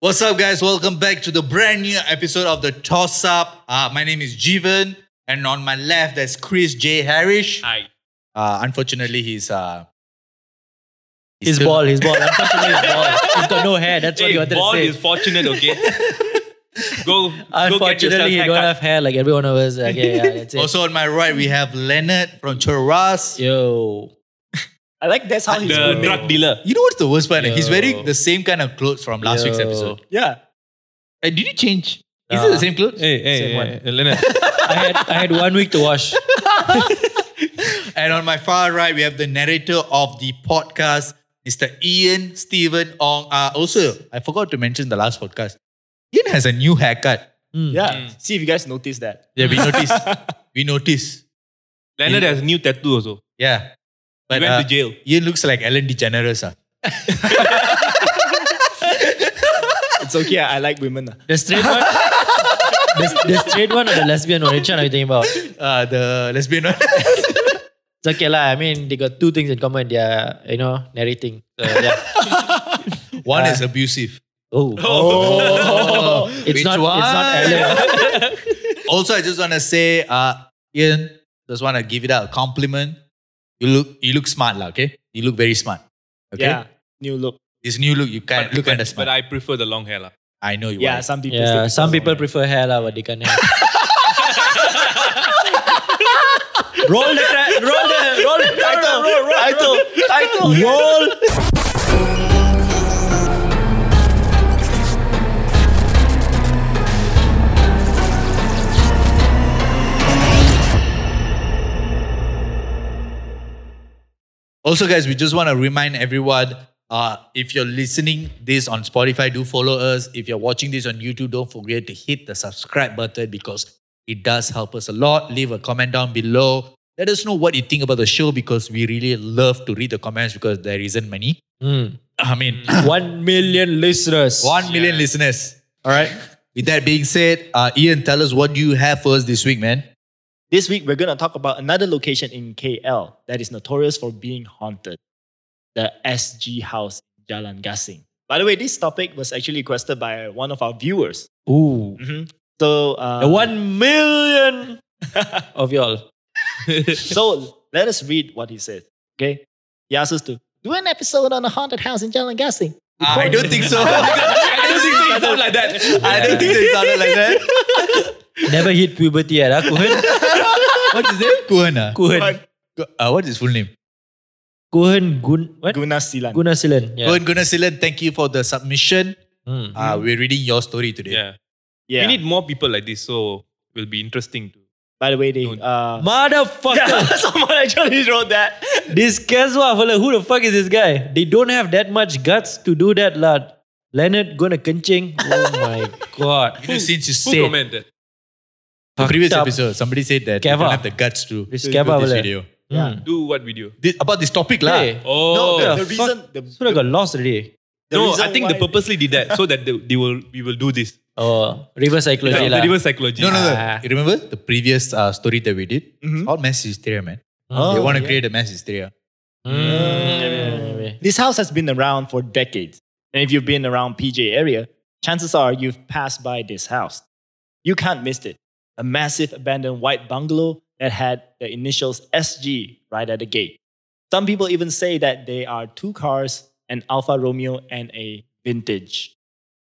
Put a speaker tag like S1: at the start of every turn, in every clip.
S1: What's up, guys? Welcome back to the brand new episode of the Toss Up. Uh, my name is Jeevan, and on my left, there's Chris J. Harris.
S2: Hi.
S1: Uh, unfortunately, he's uh, he's
S3: His
S1: still-
S3: ball, his ball. Unfortunately, his ball. He's got no hair. That's what
S2: Hey,
S3: you wanted
S2: ball
S3: to say.
S2: is fortunate, okay? go, go get yourself
S3: Unfortunately, you don't
S2: haircut.
S3: have hair like everyone of us. Okay, yeah, that's it.
S1: Also, on my right, we have Leonard from Choras.
S3: Yo,
S4: I like that's how he's
S2: The
S4: good.
S2: drug dealer.
S1: You know what's the worst part? He's
S3: Yo.
S1: wearing the same kind of clothes from last week's
S3: Yo.
S1: episode.
S4: Yeah.
S1: Uh, did you change? Is it the
S3: Nah.
S1: same clothes?
S5: Hey, hey,
S3: Same
S5: hey,
S3: one.
S5: hey, Leonard.
S3: I had I had one week to wash.
S1: And on my far right, we have the narrator of the podcast, Mr. Ian Stephen Ong. Uh, also, I forgot to mention the last podcast. Ian has a new haircut.
S3: Mm.
S4: Yeah. See if you guys notice that.
S1: Yeah, we noticed. we noticed.
S2: Leonard has new tattoo also.
S1: Yeah. But
S2: he went
S1: uh,
S2: to jail.
S1: Ian looks like Ellen DeGeneres. ah.
S4: It's okay. I I like women. ah.
S3: The straight one. the, the straight one or the lesbian one? Which one are you talking about? It's
S1: Uh, the lesbian one.
S3: okay lah. I mean, they got two things in common. They are you know narrating. So yeah.
S1: one is abusive.
S3: Ah. Oh,
S1: Oh,
S3: it's
S1: which
S3: not. It's not
S1: one?
S3: Ellen.
S1: Also, I just want to say, uh, Ian, just want to give it a compliment. You look, you look smart, lah. Okay, you look very smart. Okay,
S4: Yeah. New look.
S1: this new look, you can look kind of
S2: But
S1: smart. I,
S2: I prefer the long hair. lah.
S1: know you. are.
S4: Yeah. Some people.
S3: Yeah,
S4: still-
S3: some people prefer hair lah, but they can't have. roll the tra- roll the roll the title.
S4: Title. Title.
S3: Roll.
S1: Also, guys, we just want to remind everyone. Uh, if you're listening this on Spotify, do follow us. If you're watching this on YouTube, don't forget to hit the subscribe button because it does help us a lot. Leave a comment down below. Let us know what you think about the show because we really love to read the comments because there isn't many.
S3: Mm.
S1: I mean,
S3: One million listeners.
S1: One million
S2: Yeah.
S1: listeners. All right. With that being said, uh, Ian, tell us what do you have for us this week, man?
S4: This week we're gonna talk about another location in KL that is notorious for being haunted, the SG House in Jalan Gasing. By the way, this topic was actually requested by one of our viewers.
S3: Ooh.
S4: Mhm. So uh,
S3: Mm-hmm. The one million of y'all.
S4: So let us read what he says. Okay. He asks us to do an episode on a haunted house in Jalan Gasing.
S1: I don't think so. I don't think so. It sounded like that. I don't think so. It sounded like that.
S3: Never hit puberty yet, huh? Kuhan?
S1: What is it? Kuhana.
S3: Kuhan.
S1: Uh, what is his full name?
S3: Kuhan Gun. What?
S4: Gunasilan.
S3: Gunasilan. Yeah.
S1: Kuhan Gunasilan, thank you for the submission.
S3: Mm.
S1: Uh, we're reading your story today.
S2: Yeah.
S4: yeah.
S2: We need more people like this, so will be interesting. To,
S4: By the way, they
S2: Don't-
S4: uh,
S3: Motherfucker.
S4: someone actually wrote that.
S3: This Keswa fella, who the fuck is this guy? They don't have that much guts to do that, lad. Leonard gonna kencing. Oh my god.
S1: You know, since you
S2: who
S1: said
S2: commented?
S1: the previous
S3: Fucked up.
S1: episode, somebody said that you
S3: Keva.
S1: don't have the guts to
S3: This
S1: to
S3: Keva
S1: do this
S3: boleh.
S1: video.
S4: Yeah.
S1: Hmm.
S3: Mm.
S2: Do what video?
S1: This, about this topic, lah.
S3: Hey.
S2: Oh.
S4: no, the,
S3: fuck.
S4: the reason the,
S3: Should got lost already.
S4: the
S2: no,
S4: reason
S2: I think they
S4: why-
S2: purposely did that so that they, they will we will do this.
S3: Oh, reverse psychology.
S2: Yeah,
S3: lah.
S2: the reverse psychology.
S1: No, no, no.
S3: Ah.
S1: You remember the previous uh, story that we did? It's all mass hysteria, man.
S3: Mm-hmm. Oh,
S1: they want to create a mass hysteria.
S3: Hmm.
S1: Hmm.
S3: Mm.
S4: This house has been around for decades. And if you've been around PJ area, chances are you've passed by this house. You can't miss it. A massive abandoned white bungalow that had the initials SG right at the gate. Some people even say that they are two cars, an Alfa Romeo and a vintage.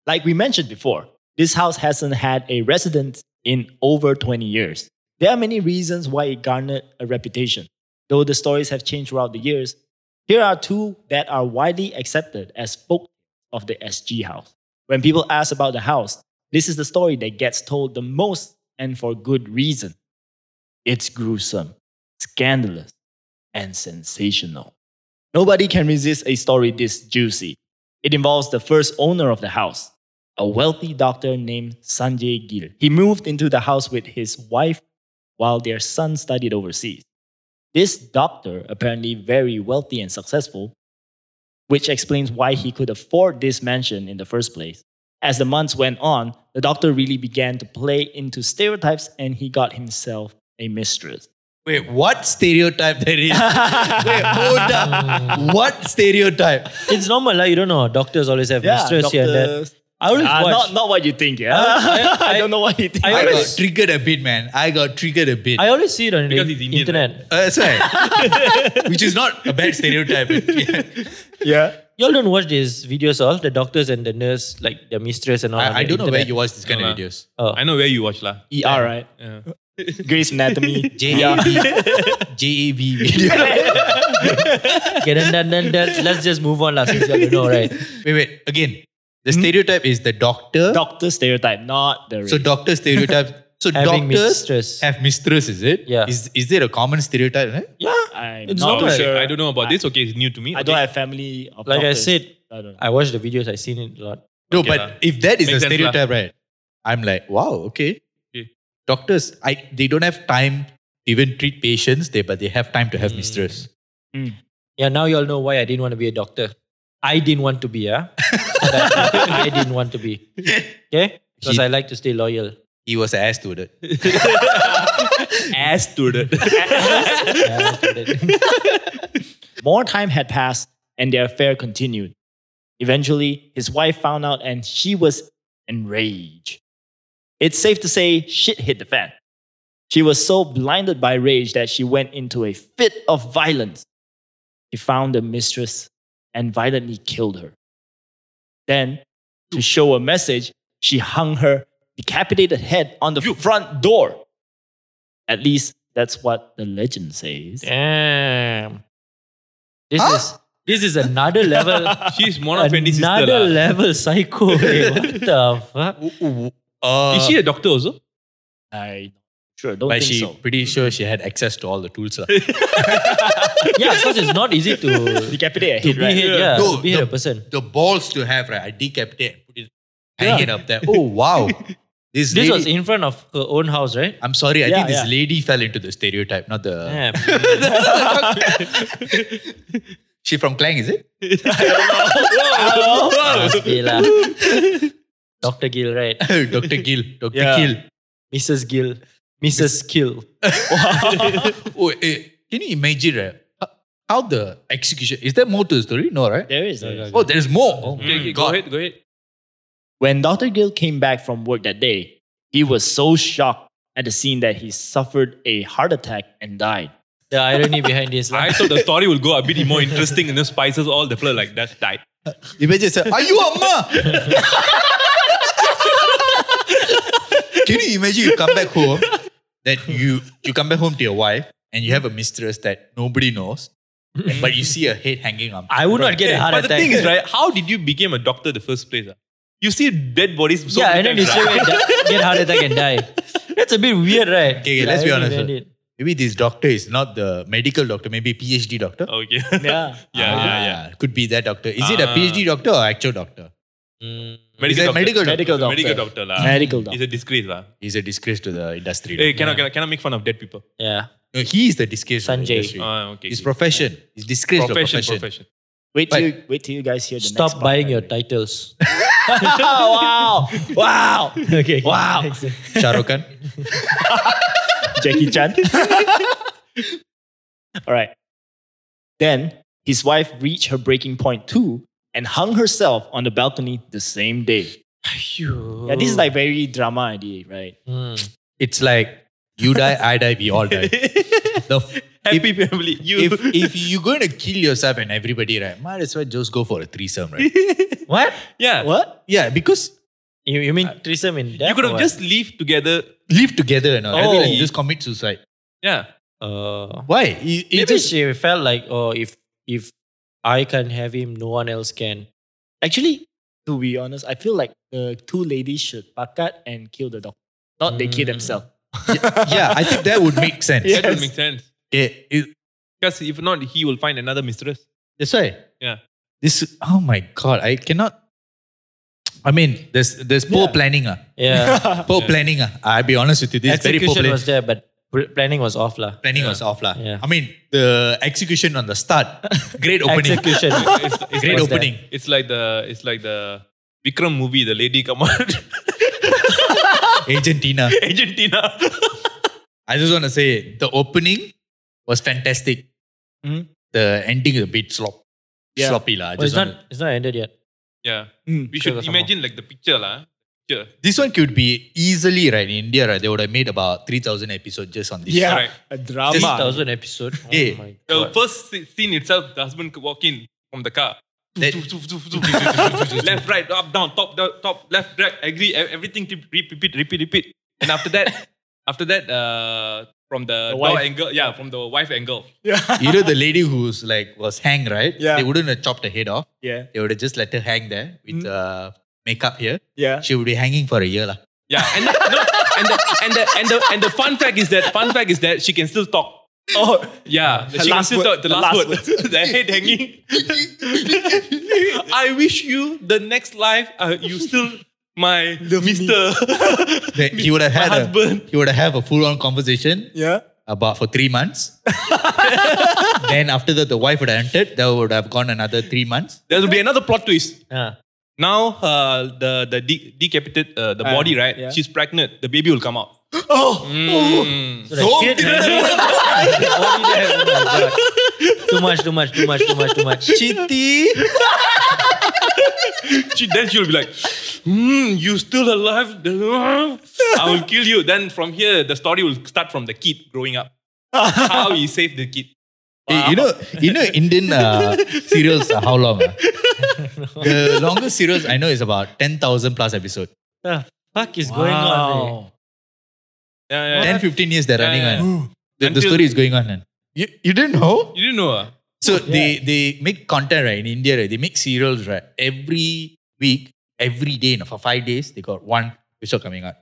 S4: Like we mentioned before, this house hasn't had a resident in over 20 years. There are many reasons why it garnered a reputation. Though the stories have changed throughout the years, here are two that are widely accepted as folk of the SG house. When people ask about the house, this is the story that gets told the most and for good reason. It's gruesome, scandalous, and sensational. Nobody can resist a story this juicy. It involves the first owner of the house, a wealthy doctor named Sanjay Gill. He moved into the house with his wife while their son studied overseas. This doctor, apparently very wealthy and successful, which explains why he could afford this mansion in the first place. As the months went on, the doctor really began to play into stereotypes and he got himself a mistress.
S1: Wait, what stereotype there is? Wait, hold up. what stereotype?
S3: It's normal, lah. you don't know. Doctors always have mistress here and there. I always
S4: Ah,
S3: watch.
S4: not not what you think, yeah.
S3: I-
S4: I,
S3: I-
S4: don't know what you think.
S3: I
S1: I
S3: always-
S1: got triggered a bit, man. I got triggered a bit.
S3: I always see it on the
S2: Because he's Indian,
S3: internet.
S1: Uh, that's right. Which is not a bad stereotype.
S4: yeah.
S3: Y'all don't watch these videos of the doctors and the nurse, like their mistress and all. on
S1: I, I
S3: the
S1: don't know where
S3: internet.
S1: you watch this kind
S2: No
S1: of
S2: lah.
S1: videos.
S3: Oh.
S2: I know where you watch lah.
S4: ER, right?
S2: Yeah.
S4: Grey's Anatomy.
S3: E
S1: JAB. JAB video.
S3: Okay, then, then, then, then let's just move on, lah. Since y'all don't know, right?
S1: wait, wait. Again, the stereotype is the doctor.
S4: Doctor stereotype, not the.
S1: so doctor stereotype. So
S3: Having
S1: doctors
S3: mistress.
S1: have mistress, is it?
S3: Yeah.
S1: Is is it a common stereotype? Right?
S3: Yeah.
S4: I'm
S3: It's
S4: not
S3: not like-
S4: sure.
S2: I don't know about this. Okay, it's new to me.
S4: I
S2: okay.
S4: don't have family. Of
S3: Like I
S4: doctors.
S3: said,
S4: I don't know.
S3: I watch the videos. I seen it a lot.
S1: No,
S2: Okay
S1: but
S2: lah.
S1: if that is
S2: Makes
S1: a
S2: sense
S1: stereotype, right? I'm like, wow, okay.
S2: Okay.
S1: Doctors, I they don't have time to even treat patients, they but they have time to have mistress.
S3: Yeah, now y'all know why I didn't want to be a doctor. I didn't want to be, yeah. So that's why I didn't want to be. Okay, because
S1: He-
S3: I like to stay loyal.
S1: He was an ass student.
S2: ass student.
S3: Yeah, I did it.
S4: More time had passed and the affair continued. Eventually, his wife found out and she was enraged. It's safe to say shit hit the fan. She was so blinded by rage that she went into a fit of violence. She found the mistress and violently killed her. Then, to show a message, she hung her decapitated head on the front door. At least that's what the legend says.
S3: Damn. This
S1: Huh?
S3: is this is another level.
S2: She's one of Wendy's sister.
S3: another
S2: lah.
S3: level psycho. eh, what the fuck?
S1: Uh,
S2: Is she a doctor also?
S4: I sure don't
S1: but
S4: think
S1: she
S4: so.
S1: pretty sure she had access to all the tools. lah.
S3: Yeah, because it's not easy to to
S4: Decapitate
S3: be hit. Yeah,
S1: No,
S3: to be hit a
S1: the-
S3: person.
S1: the balls to have, right? I decapitate and put it, hang it up there. Oh, wow. This,
S3: This
S1: lady,
S3: was in front of her own house, right?
S1: I'm sorry, I
S4: Yeah,
S1: think this
S4: yeah.
S1: lady fell into the stereotype, not the.
S3: Yeah.
S1: She from Klang, is it?
S3: Must be lah. Dr. Gill, right?
S1: Dr. Gill. Dr.
S4: Yeah.
S1: Gill.
S3: Mrs. Gill. Mrs. Gill.
S1: Oh, eh, can you imagine, right? How- How the execution is there more to the story? No, right?
S4: There is.
S1: Oh, there's more. Oh,
S2: Okay, okay, Mm, go
S1: God.
S2: ahead, go ahead.
S4: When Dr. Gill came back from work that day, he was so shocked at the scene that he suffered a heart attack and died.
S3: The irony behind this. lah.
S2: I thought the story would go a bit more interesting and then spices all the floor like that's died.
S1: Imagine, sir, are you Amma? Can you imagine you come back home that you you come back home to your wife and you have a mistress that nobody knows, and- but you see a head hanging on.
S3: I would not get a
S2: Yeah,
S3: heart
S2: but
S3: attack.
S2: the thing is, right, how did you become a doctor in the first place? ah? You see dead bodies so
S3: yeah,
S2: many
S3: and then you
S2: times,
S3: still
S2: right?
S3: get, di- get heart attack and die. That's a bit weird, right?
S1: Okay, okay, let's
S3: I
S1: be
S3: don't
S1: honest,
S3: get
S1: sir.
S3: it.
S1: Maybe this doctor is not the medical doctor, maybe PhD doctor.
S2: Okay. Oh,
S4: Yeah.
S2: yeah, yeah, yeah.
S1: Ah, Could be that doctor. Is it a
S2: Ah.
S1: PhD doctor or actual doctor?
S2: Medical
S1: that
S2: doctor.
S1: medical doctor?
S4: Medical doctor.
S2: Medical doctor lah.
S4: Medical doctor.
S2: It's a disgrace lah.
S1: He's a disgrace to the industry.
S2: Hey, cannot, cannot, cannot make fun of dead people.
S3: Yeah.
S1: No, he is the disgrace to the
S3: Sanjay.
S1: industry.
S2: Ah, okay.
S1: His
S2: okay.
S1: profession. His disgrace to the
S2: profession,
S1: profession.
S2: profession.
S4: Wait till,
S1: But-
S4: you, wait till you guys hear the next
S3: Stop
S4: part.
S3: buying your titles.
S4: wow. Wow.
S3: okay.
S4: Wow.
S1: Shah Rukh Khan.
S4: Jackie Chan. All right. Then his wife reached her breaking point too and hung herself on the balcony the same day. Yeah, this is like very drama idea, right?
S3: Hmm.
S1: It's like you die, I die, we all die. The f-
S2: Happy family. You.
S1: if if you're going to kill yourself and everybody, right? Might as well just go for a threesome, right?
S3: What?
S2: yeah.
S4: What?
S1: yeah, because
S3: You, you mean threesome in death?
S2: You could
S3: or
S2: have
S3: what?
S2: just lived together.
S1: live together and all. rather
S2: Oh.
S1: than just commit suicide.
S2: Yeah.
S3: Uh,
S1: Why? It,
S3: maybe
S1: it just
S3: she felt like, oh, if if I can have him, no one else can.
S4: Actually, to be honest, I feel like the two ladies should pakat and kill the dog. Not they kill
S3: Mm.
S4: themselves.
S1: yeah, I think that would make sense.
S4: Yeah.
S2: That would
S4: Yes.
S2: make sense.
S1: Yeah, it-
S2: Because if not, he will find another mistress.
S1: That's why.
S2: Yeah.
S1: This. Oh my god! I cannot. I mean, there's there's poor
S4: Yeah.
S1: planning, ah.
S3: Uh-huh. Yeah.
S1: Poor planning, ah. I'll be honest with you. This is very poor
S3: Execution
S1: plan-
S3: was there, but pl- planning was off, lah.
S1: planning. was off, lah.
S3: Yeah.
S1: I mean, the execution on the start, great opening,
S3: Execution. Oh,
S2: It's, it's
S1: great
S3: was there.
S1: opening.
S2: It's like the it's like the Vikram movie, the lady come out
S1: Agent Tina.
S2: Argentina.
S1: I just want to say the opening was fantastic.
S4: Mhm.
S1: The ending is a bit slop,
S4: Yeah.
S1: sloppy, lah. I
S3: Well, it's
S1: just
S3: not.
S1: wanna-
S3: It's not ended yet.
S2: Yeah.
S4: Mm,
S2: we
S3: sure,
S2: should
S3: that's
S2: imagine like the picture, lah. Picture.
S1: This one could be easily right in India, right? They would have made about three thousand episodes just on this.
S4: Yeah,
S2: Correct.
S4: a
S1: Just-
S4: drama.
S3: 10,000 episode. Oh
S1: Hey.
S3: my
S2: The
S3: god.
S2: first sce- scene itself, the husband c- walk in from the car.
S1: That-
S2: left, right, up, down, top, down, top, left, right. Agree. e- Everything. tip- re- Repeat, repeat, repeat. And after that, after that, uh, from the, door
S4: wife.
S2: angle, yeah, from the wife angle.
S4: Yeah,
S1: you know the lady who's like was hanged, right?
S4: Yeah.
S1: They wouldn't have chopped her head off.
S4: yeah,
S1: They would have just let her hang there with uh, makeup here.
S4: yeah.
S1: She would be hanging for a year, lah.
S2: Yeah, and the, no, and the, and the and the and the fun fact is that fun fact is that she can still talk.
S4: Oh,
S2: Yeah, she can
S4: last
S2: still talk.
S4: word,
S2: The
S4: her
S2: last,
S4: last
S2: word, the head hanging. I wish you the next life. Uh, you still my Mister
S1: They- He would have had a
S2: husband.
S1: he would have a full on conversation
S4: yeah.
S1: about for three months. then after that, the wife would have entered. That would have gone another three months.
S2: There will be another plot twist.
S3: Ah.
S2: Now uh, the the de- decapitated uh, the
S4: Uh,
S2: body right.
S4: yeah.
S2: She's pregnant. The baby will come out.
S4: Oh,
S2: Mm.
S3: So the kid hanging, the body there, oh my god. Too much, too much, too much, too much, too much.
S1: Chitty.
S2: She, then she'll be like, hmm, you still alive? I will kill you. Then from here, the story will start from the kid growing up. How he saved the kid.
S1: Hey, Eh, you know, you know, Indian uh, serials are how long? ah? the longest serials I know is about ten thousand plus episodes.
S3: The fuck is going on? eh?
S2: eh. Yeah, yeah, yeah.
S1: 10, 15 years they're
S2: Yeah,
S1: running
S2: yeah.
S1: on. The, the
S2: Until-
S1: story is going on. man. You, you didn't know?
S2: You didn't know? ah?
S1: So they, they make content right in India, right? They make serials right every week, every day. You know, for five days, they got one episode coming out.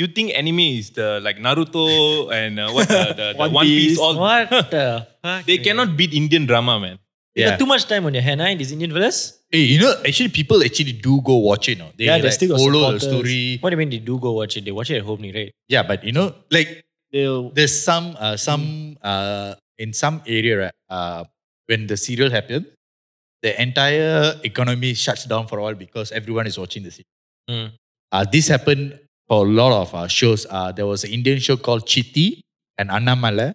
S2: You think anime is the like Naruto and uh, what the, the, the One,
S4: One
S2: Piece,
S4: Piece.
S2: all
S3: What the fuck?
S2: they
S3: man?
S2: cannot beat Indian drama, man.
S3: You
S1: Yeah.
S3: got too much time on your hand, eh? These Indian fellas?
S1: Hey, you know, actually people actually do go watch it. You know? They
S4: Yeah, they
S1: like,
S4: still got
S1: follow the
S4: supporters.
S1: story.
S3: What do you mean they do go watch it? They watch it at home, ni, right?
S1: Yeah, but you know, like
S4: They'll-
S1: there's some uh, some uh, in some area right, uh, when the serial happens, the entire economy shuts down for a while because everyone is watching the serial.
S4: Hmm.
S3: Mm.
S1: Uh, this happened for a lot of uh, shows. Uh, there was an Indian show called Chitti and Annamala.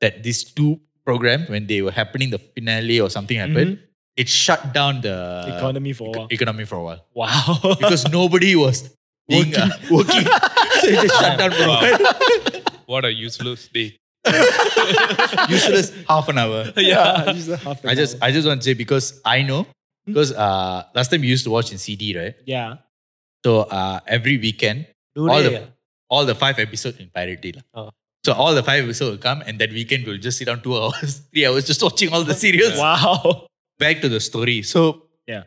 S1: That these two programs, when they were happening, the finale or something happened, it shut down the
S4: Mm-hmm. economy for a
S1: eco-
S4: while.
S1: economy for a while
S4: Wow.
S1: because nobody was being, uh, working. so it just shut down for a
S2: Wow.
S1: while.
S2: What a useless day.
S1: Useless half an hour.
S4: yeah, just a half an
S1: I just
S4: hour.
S1: I just want to say because I know because uh last time you used to watch in CD right
S4: yeah.
S1: so uh every weekend
S3: Do
S1: All
S3: they?
S1: the- all the five episodes in parody lah.
S3: Oh.
S1: so all the five episodes will come and that weekend we'll just sit down two hours three hours just watching all the serials
S4: Wow.
S1: back to the story so
S4: Yeah.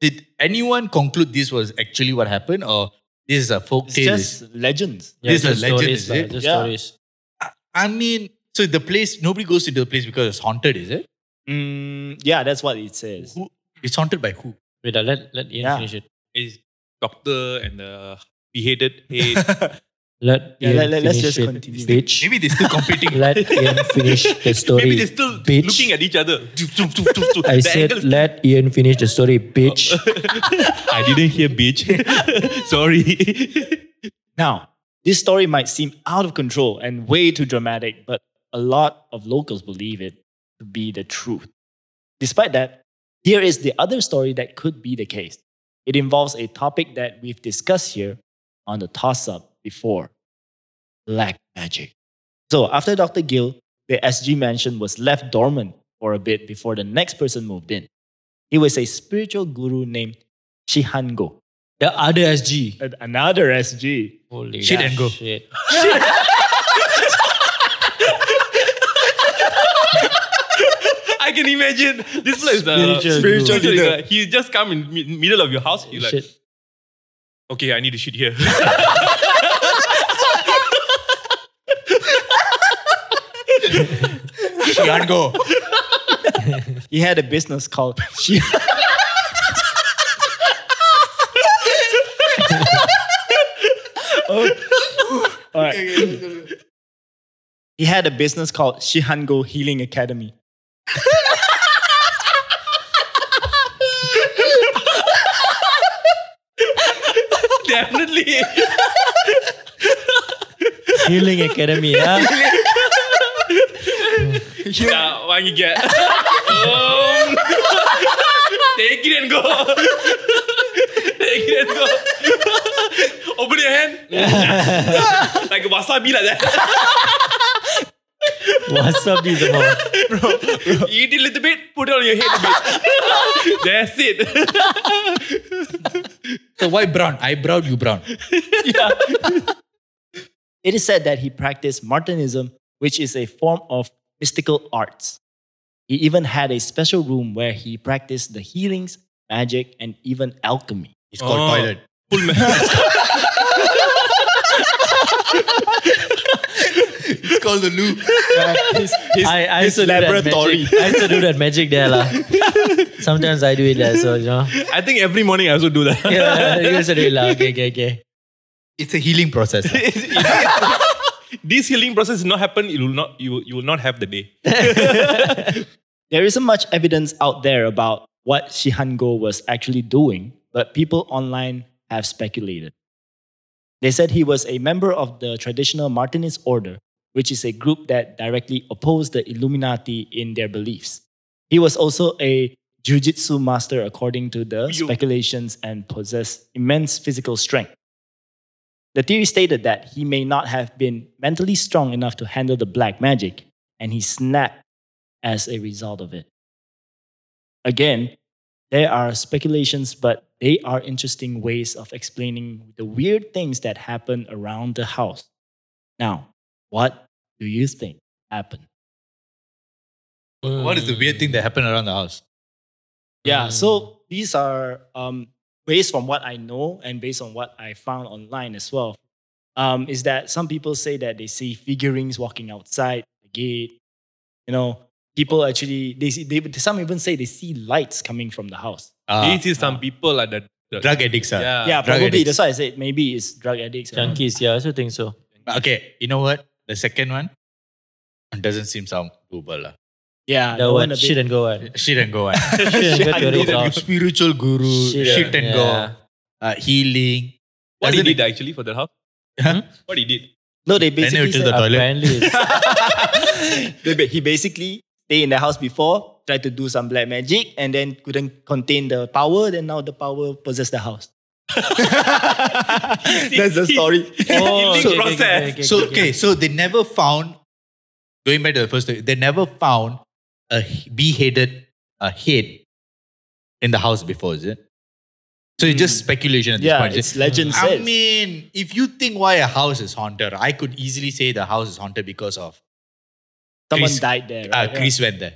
S1: did anyone conclude this was actually what happened or this is a folk
S4: It's
S1: tale
S4: just legends.
S3: Yeah,
S1: This is
S3: just
S1: a legend,
S3: stories,
S1: is
S3: lah,
S1: it?
S3: Just
S4: Yeah.
S3: stories.
S1: I mean so the place nobody goes into the place because it's haunted is it
S4: Mm, yeah, that's what it says.
S1: who it's haunted by who
S3: Wait, ah, let, let Ian
S4: Yeah.
S3: finish it.
S2: Is doctor and the beheaded head.
S3: Let
S4: Yeah,
S3: Ian
S4: let- let- let's
S3: finish
S4: just
S3: it,
S4: continue.
S3: Bitch.
S1: maybe they're still competing
S3: Let Ian finish the story.
S2: Maybe they're still
S3: bitch.
S2: looking at each other. I
S3: I said, let Ian finish the story, bitch.
S1: Oh.
S2: I didn't hear bitch. Sorry.
S4: Now, this story might seem out of control and way too dramatic, but a lot of locals believe it to be the truth. Despite that, here is the other story that could be the case. It involves a topic that we've discussed here on the toss up before black magic. So, after Dr. Gill, the SG mansion was left dormant for a bit before the next person moved in. He was a spiritual guru named Shihango,
S3: the other SG.
S4: another SG.
S3: Holy
S1: Shit and go.
S3: Shit.
S2: I can imagine. This place is the
S3: Spiritual
S2: spiritual
S4: guru.
S2: leader. He just come in mi- middle of your house. You like,
S3: Shit.
S2: okay, I need to shit here.
S1: she can't go
S4: He had a business called Shi- Oh. All right. He had a business called Shihango Healing Academy.
S2: Definitely.
S3: Healing Academy, yeah.
S2: yeah, what you get? um, they Take it and go. Take it and go. Open your hand. like wasabi like that.
S3: Wasabi some more.
S2: Eat it a little bit, put it on your head a bit. That's it.
S1: So why brown? I brown, you brown.
S4: It is said that he practiced Martinism, which is a form of mystical arts. He even had a special room where he practiced the healings, magic, and even alchemy.
S1: It's called
S2: Oh.
S1: toilet.
S2: Full man.
S1: It's called the loo.
S4: his his,
S3: I, I
S4: his
S3: used to do that
S4: laboratory.
S3: magic. I used to do that magic there. lah. Sometimes I do it there, so you know.
S2: I think every morning I also do that.
S3: Yeah, you used to do it. lah. Okay, okay, okay.
S1: It's a healing process.
S2: this healing process does not happen, it will not you you will not have the day.
S4: There isn't much evidence out there about what Shihango was actually doing, but people online have speculated. They said he was a member of the traditional Martinist order, which is a group that directly opposed the Illuminati in their beliefs. He was also a jujitsu master, according to the
S2: Yo.
S4: speculations, and possessed immense physical strength. The theory stated that he may not have been mentally strong enough to handle the black magic, and he snapped as a result of it. Again, there are speculations, but they are interesting ways of explaining the weird things that happen around the house. Now, what do you think happened?
S1: What is the weird thing that happened around the house?
S4: Yeah,
S3: Mm.
S4: so these are um, based from what I know and based on what I found online as well. Um, is that some people say that they see figurines walking outside the gate. You know, people actually they see, they some even say they see lights coming from the house.
S1: Uh,
S2: this is some people are the, the
S1: drug addicts. ah.
S2: Yeah.
S4: yeah,
S1: drug
S4: probably
S1: addicts.
S4: that's why I said maybe it's drug addicts. or-
S3: Junkies, yeah, I also think so.
S1: But Okay, you know what? The second one doesn't seem sound doable. lah.
S4: Yeah,
S3: That
S4: that one
S3: one,
S4: a
S3: shit
S4: bit.
S3: and go on.
S1: Shit and go. ah.
S3: Shit and go to
S1: He's
S3: his
S1: a
S3: house.
S1: spiritual guru. Shit,
S3: Shit and-
S1: and
S3: yeah.
S1: go. Uh, healing.
S2: What he
S1: Doesn't
S2: did
S1: it-
S2: actually for the house?
S1: Huh?
S2: What he did?
S4: No, they
S1: Then he
S4: basically
S1: went to the
S4: said,
S1: toilet.
S3: Apparently, it's, Oh,
S4: They ba- he basically stayed in the house before, tried to do some black magic, and then couldn't contain the power. Then now the power possessed the house. That's the story.
S3: oh,
S2: Healing process.
S1: So okay, so they never found. Going back to the first, story, they never found a he- beheaded a head in the house before, is it? So it's just speculation at this
S4: yeah,
S1: point. is
S4: it's
S1: it?
S4: legend
S1: I
S4: says.
S1: mean, if you think why a house is haunted, I could easily say the house is haunted because of
S4: Someone
S1: Chris-
S4: died there.
S1: uh,
S4: Right?
S1: Chris went there.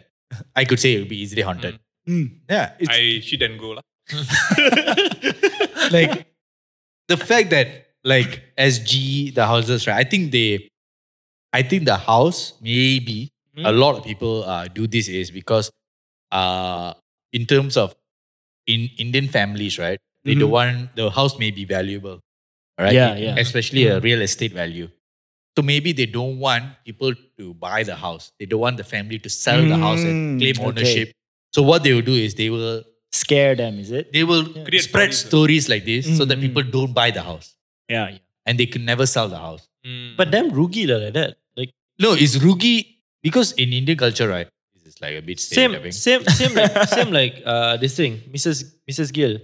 S1: I could say it would be easily haunted.
S4: Mm.
S1: Yeah, it's
S2: I shit and go. lah.
S1: like the fact that like SG the houses right. I think they, I think the house maybe
S4: Hmm?
S1: a lot of people uh, do this is because uh, in terms of in Indian families right, they don't want the house may be valuable, right?
S4: Mm-hmm. Yeah, yeah. Mm-hmm.
S1: Especially a real estate value. So maybe they don't want people to buy the house. They don't want the family to sell the house and
S4: Mm,
S1: claim
S4: okay.
S1: ownership. So what they will do is they will
S4: Scare them, is it?
S1: they will
S2: Create
S1: spread
S2: stories, uh.
S1: stories like this so that
S4: Mm,
S1: people don't buy the house
S4: Yeah, yeah.
S1: and they can never sell the house.
S2: Mm.
S3: But damn rugi lah like that. Like
S1: No, it's rugi because in Indian culture, right? This is like a bit
S3: same,
S1: stereotyping.
S3: same, same, like, same like uh, this thing, Mrs. Mrs. Gill.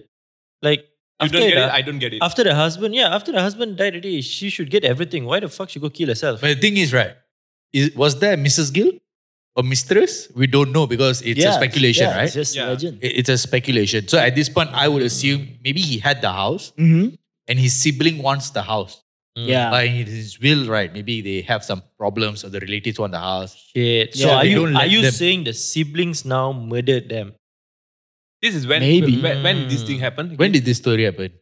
S3: Like
S2: you
S3: after uh,
S2: don't get
S3: the,
S2: it, I don't get it.
S3: after the husband, yeah, after the husband died already, she should get everything. Why the fuck she go kill herself?
S1: But the thing is, right? Is, was there Mrs. Gill or mistress? We don't know because it's a
S4: Yeah,
S1: speculation,
S4: yeah,
S1: right?
S4: It's just
S2: Yeah.
S4: legend.
S1: It- it's a speculation. So at this point, I would assume maybe he had the house
S4: Mhm.
S1: and his sibling wants the house.
S4: Yeah.
S1: But in his will, right? Maybe they have some problems or the relatives want the house.
S3: Shit. So
S4: Yeah,
S3: are
S1: they
S3: you
S1: don't
S3: are
S1: let
S3: you
S1: them.
S3: saying the siblings now murdered them?
S2: this is when
S4: Maybe.
S2: when, when this thing happened.
S1: When did this story happen?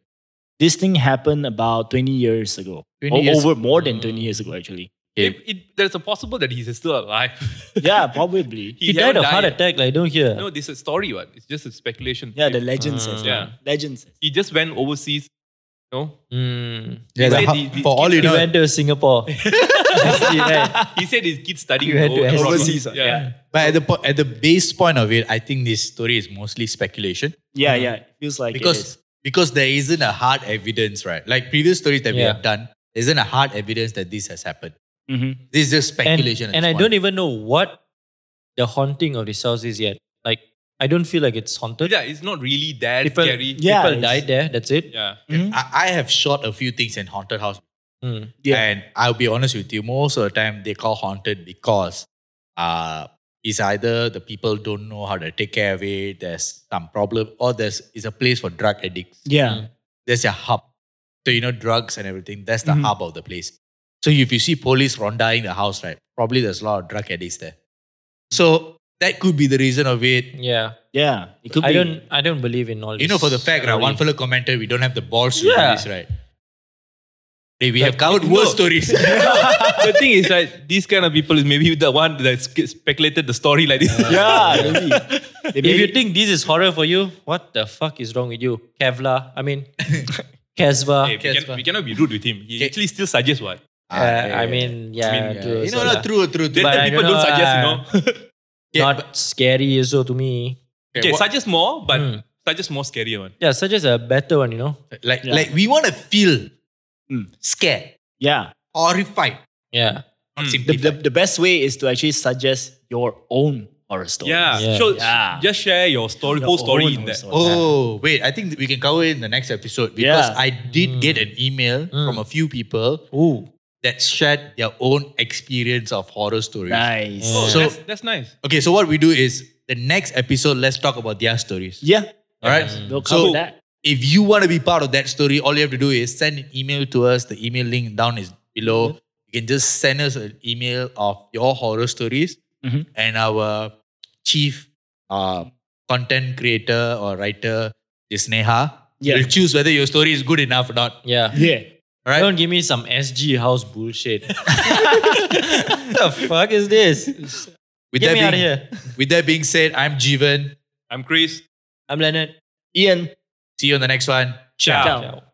S4: This thing happened about 20 years ago.
S1: 20
S4: or
S1: years- Mm.
S4: over more than 20 years ago, actually.
S2: It, it, there's a possible that he's still alive.
S4: Yeah, probably.
S3: He, died
S2: haven't
S3: of heart
S2: died.
S3: attack. Like don't hear.
S2: No, this is a story. What? It's just a speculation. Hmm.
S4: Yeah, the legend says.
S2: Uh, Yeah.
S4: Legend says.
S2: He just went overseas. No,
S3: Mm.
S1: Yeah, the
S2: Wait,
S1: hou-
S2: the- the-
S1: for all you
S3: He
S1: know,
S3: went to Singapore. Honestly, right?
S2: he said his kids studying
S3: You had to
S2: over-
S3: ask-
S4: Overseas,
S2: Yeah.
S4: yeah.
S1: But at the po- at the base point of it, I think this story is mostly speculation
S4: Yeah, yeah. It feels like it is.
S1: because because there isn't a hard evidence, right? Like previous stories that we
S3: Yeah.
S1: have done, there isn't a hard evidence that this has happened.
S4: Mhm.
S1: This is just
S3: and,
S1: speculation.
S3: and I don't even know what the haunting of this house is yet. Like I don't feel like it's haunted.
S2: Yeah, it's not really that
S3: people,
S2: scary.
S4: Yeah,
S3: people
S4: it's-
S3: died there. That's it.
S2: Yeah.
S1: I, I have shot a few things in haunted house.
S3: Mm.
S4: Yeah.
S1: And I'll be honest with you, most of the time they call haunted because uh, it's either the people don't know how to take care of it, there's some problem, or there's it's a place for drug addicts.
S4: Yeah.
S1: There's a hub. So, you know, drugs and everything, that's the
S4: Mhm.
S3: Mm-hmm.
S1: hub of the place. So, if you see police rondaing the house, right, probably there's a lot of drug addicts there.
S3: Mm-hmm.
S1: So, that could be the reason of it.
S3: Yeah.
S4: Yeah. It could
S3: I
S4: be.
S3: don't. I don't believe in all.
S1: You know, for the fact, right, one
S3: for
S1: fellow commented, we don't have the balls to
S3: Yeah.
S1: do this, right? Hey, we have covered worse
S2: no.
S1: stories.
S2: the thing is that these kind of people is maybe the one that sk- speculated the story like this.
S4: Uh, Yeah, maybe. They
S3: if
S4: made
S3: you
S4: it-
S3: think this is horror for you, what the fuck is wrong with you, Kevlar? I mean, Kesva.
S2: Hey, we, can, we cannot be rude with him. He
S1: Okay.
S2: actually still suggests what.
S1: Ah,
S3: Uh,
S1: yeah,
S3: I
S1: yeah,
S3: mean, yeah,
S1: yeah.
S3: dude,
S1: you
S3: so
S1: know, no,
S3: yeah.
S1: true, true, true.
S2: Then
S3: But
S2: the
S3: I
S2: people
S3: don't
S2: don't,
S3: know,
S2: suggest, you
S3: uh,
S2: know.
S1: Yeah,
S3: not
S1: but-
S3: scary so to me.
S2: okay,
S1: what-
S2: suggest more, but
S3: Mm.
S2: suggest more scarier one.
S3: Yeah, such as a better one, you know.
S1: like,
S4: Yeah.
S1: like we want to feel
S4: Mm.
S1: scared,
S4: yeah.
S1: horrified,
S3: Yeah,
S1: not
S2: Mm.
S4: The,
S1: simplified.
S4: the, the best way is to actually suggest your own horror story.
S2: Yeah.
S3: Yeah.
S2: So
S4: Yeah.
S2: just share your story,
S4: Your
S2: whole story
S4: own
S2: in
S4: horror
S2: that.
S4: story.
S1: oh wait, I think we can cover it in the next episode because
S4: Yeah. Hmm.
S1: I did get an email from a few people
S3: ooh,
S1: that shared their own experience of horror stories.
S4: Nice.
S2: Oh,
S1: So-
S2: that's, that's nice.
S1: Okay, so what we do is the next episode, let's talk about their stories.
S4: Yeah. Hmm.
S1: All right.
S3: Hmm.
S4: We'll cover
S1: So
S4: that.
S1: if you want to be part of that story, all you have to do is send an email to us. The email link down is below.
S3: Mm-hmm.
S1: You can just send us an email of your horror stories,
S3: Mm-hmm.
S4: Mhm.
S1: and our chief uh, content creator or writer is Neha.
S4: Yeah.
S1: will choose whether your story is good enough or not.
S3: yeah.
S4: Yeah.
S1: All right.
S3: Don't give me some SG house bullshit. the fuck is this?
S1: with
S3: Get
S1: that
S3: me out
S1: being,
S3: of here.
S1: With that being said, I'm Jeevan.
S2: I'm Chris.
S3: I'm Leonard.
S4: Ian.
S1: See you on the next one.
S2: Ciao.
S4: Ciao.
S3: Ciao.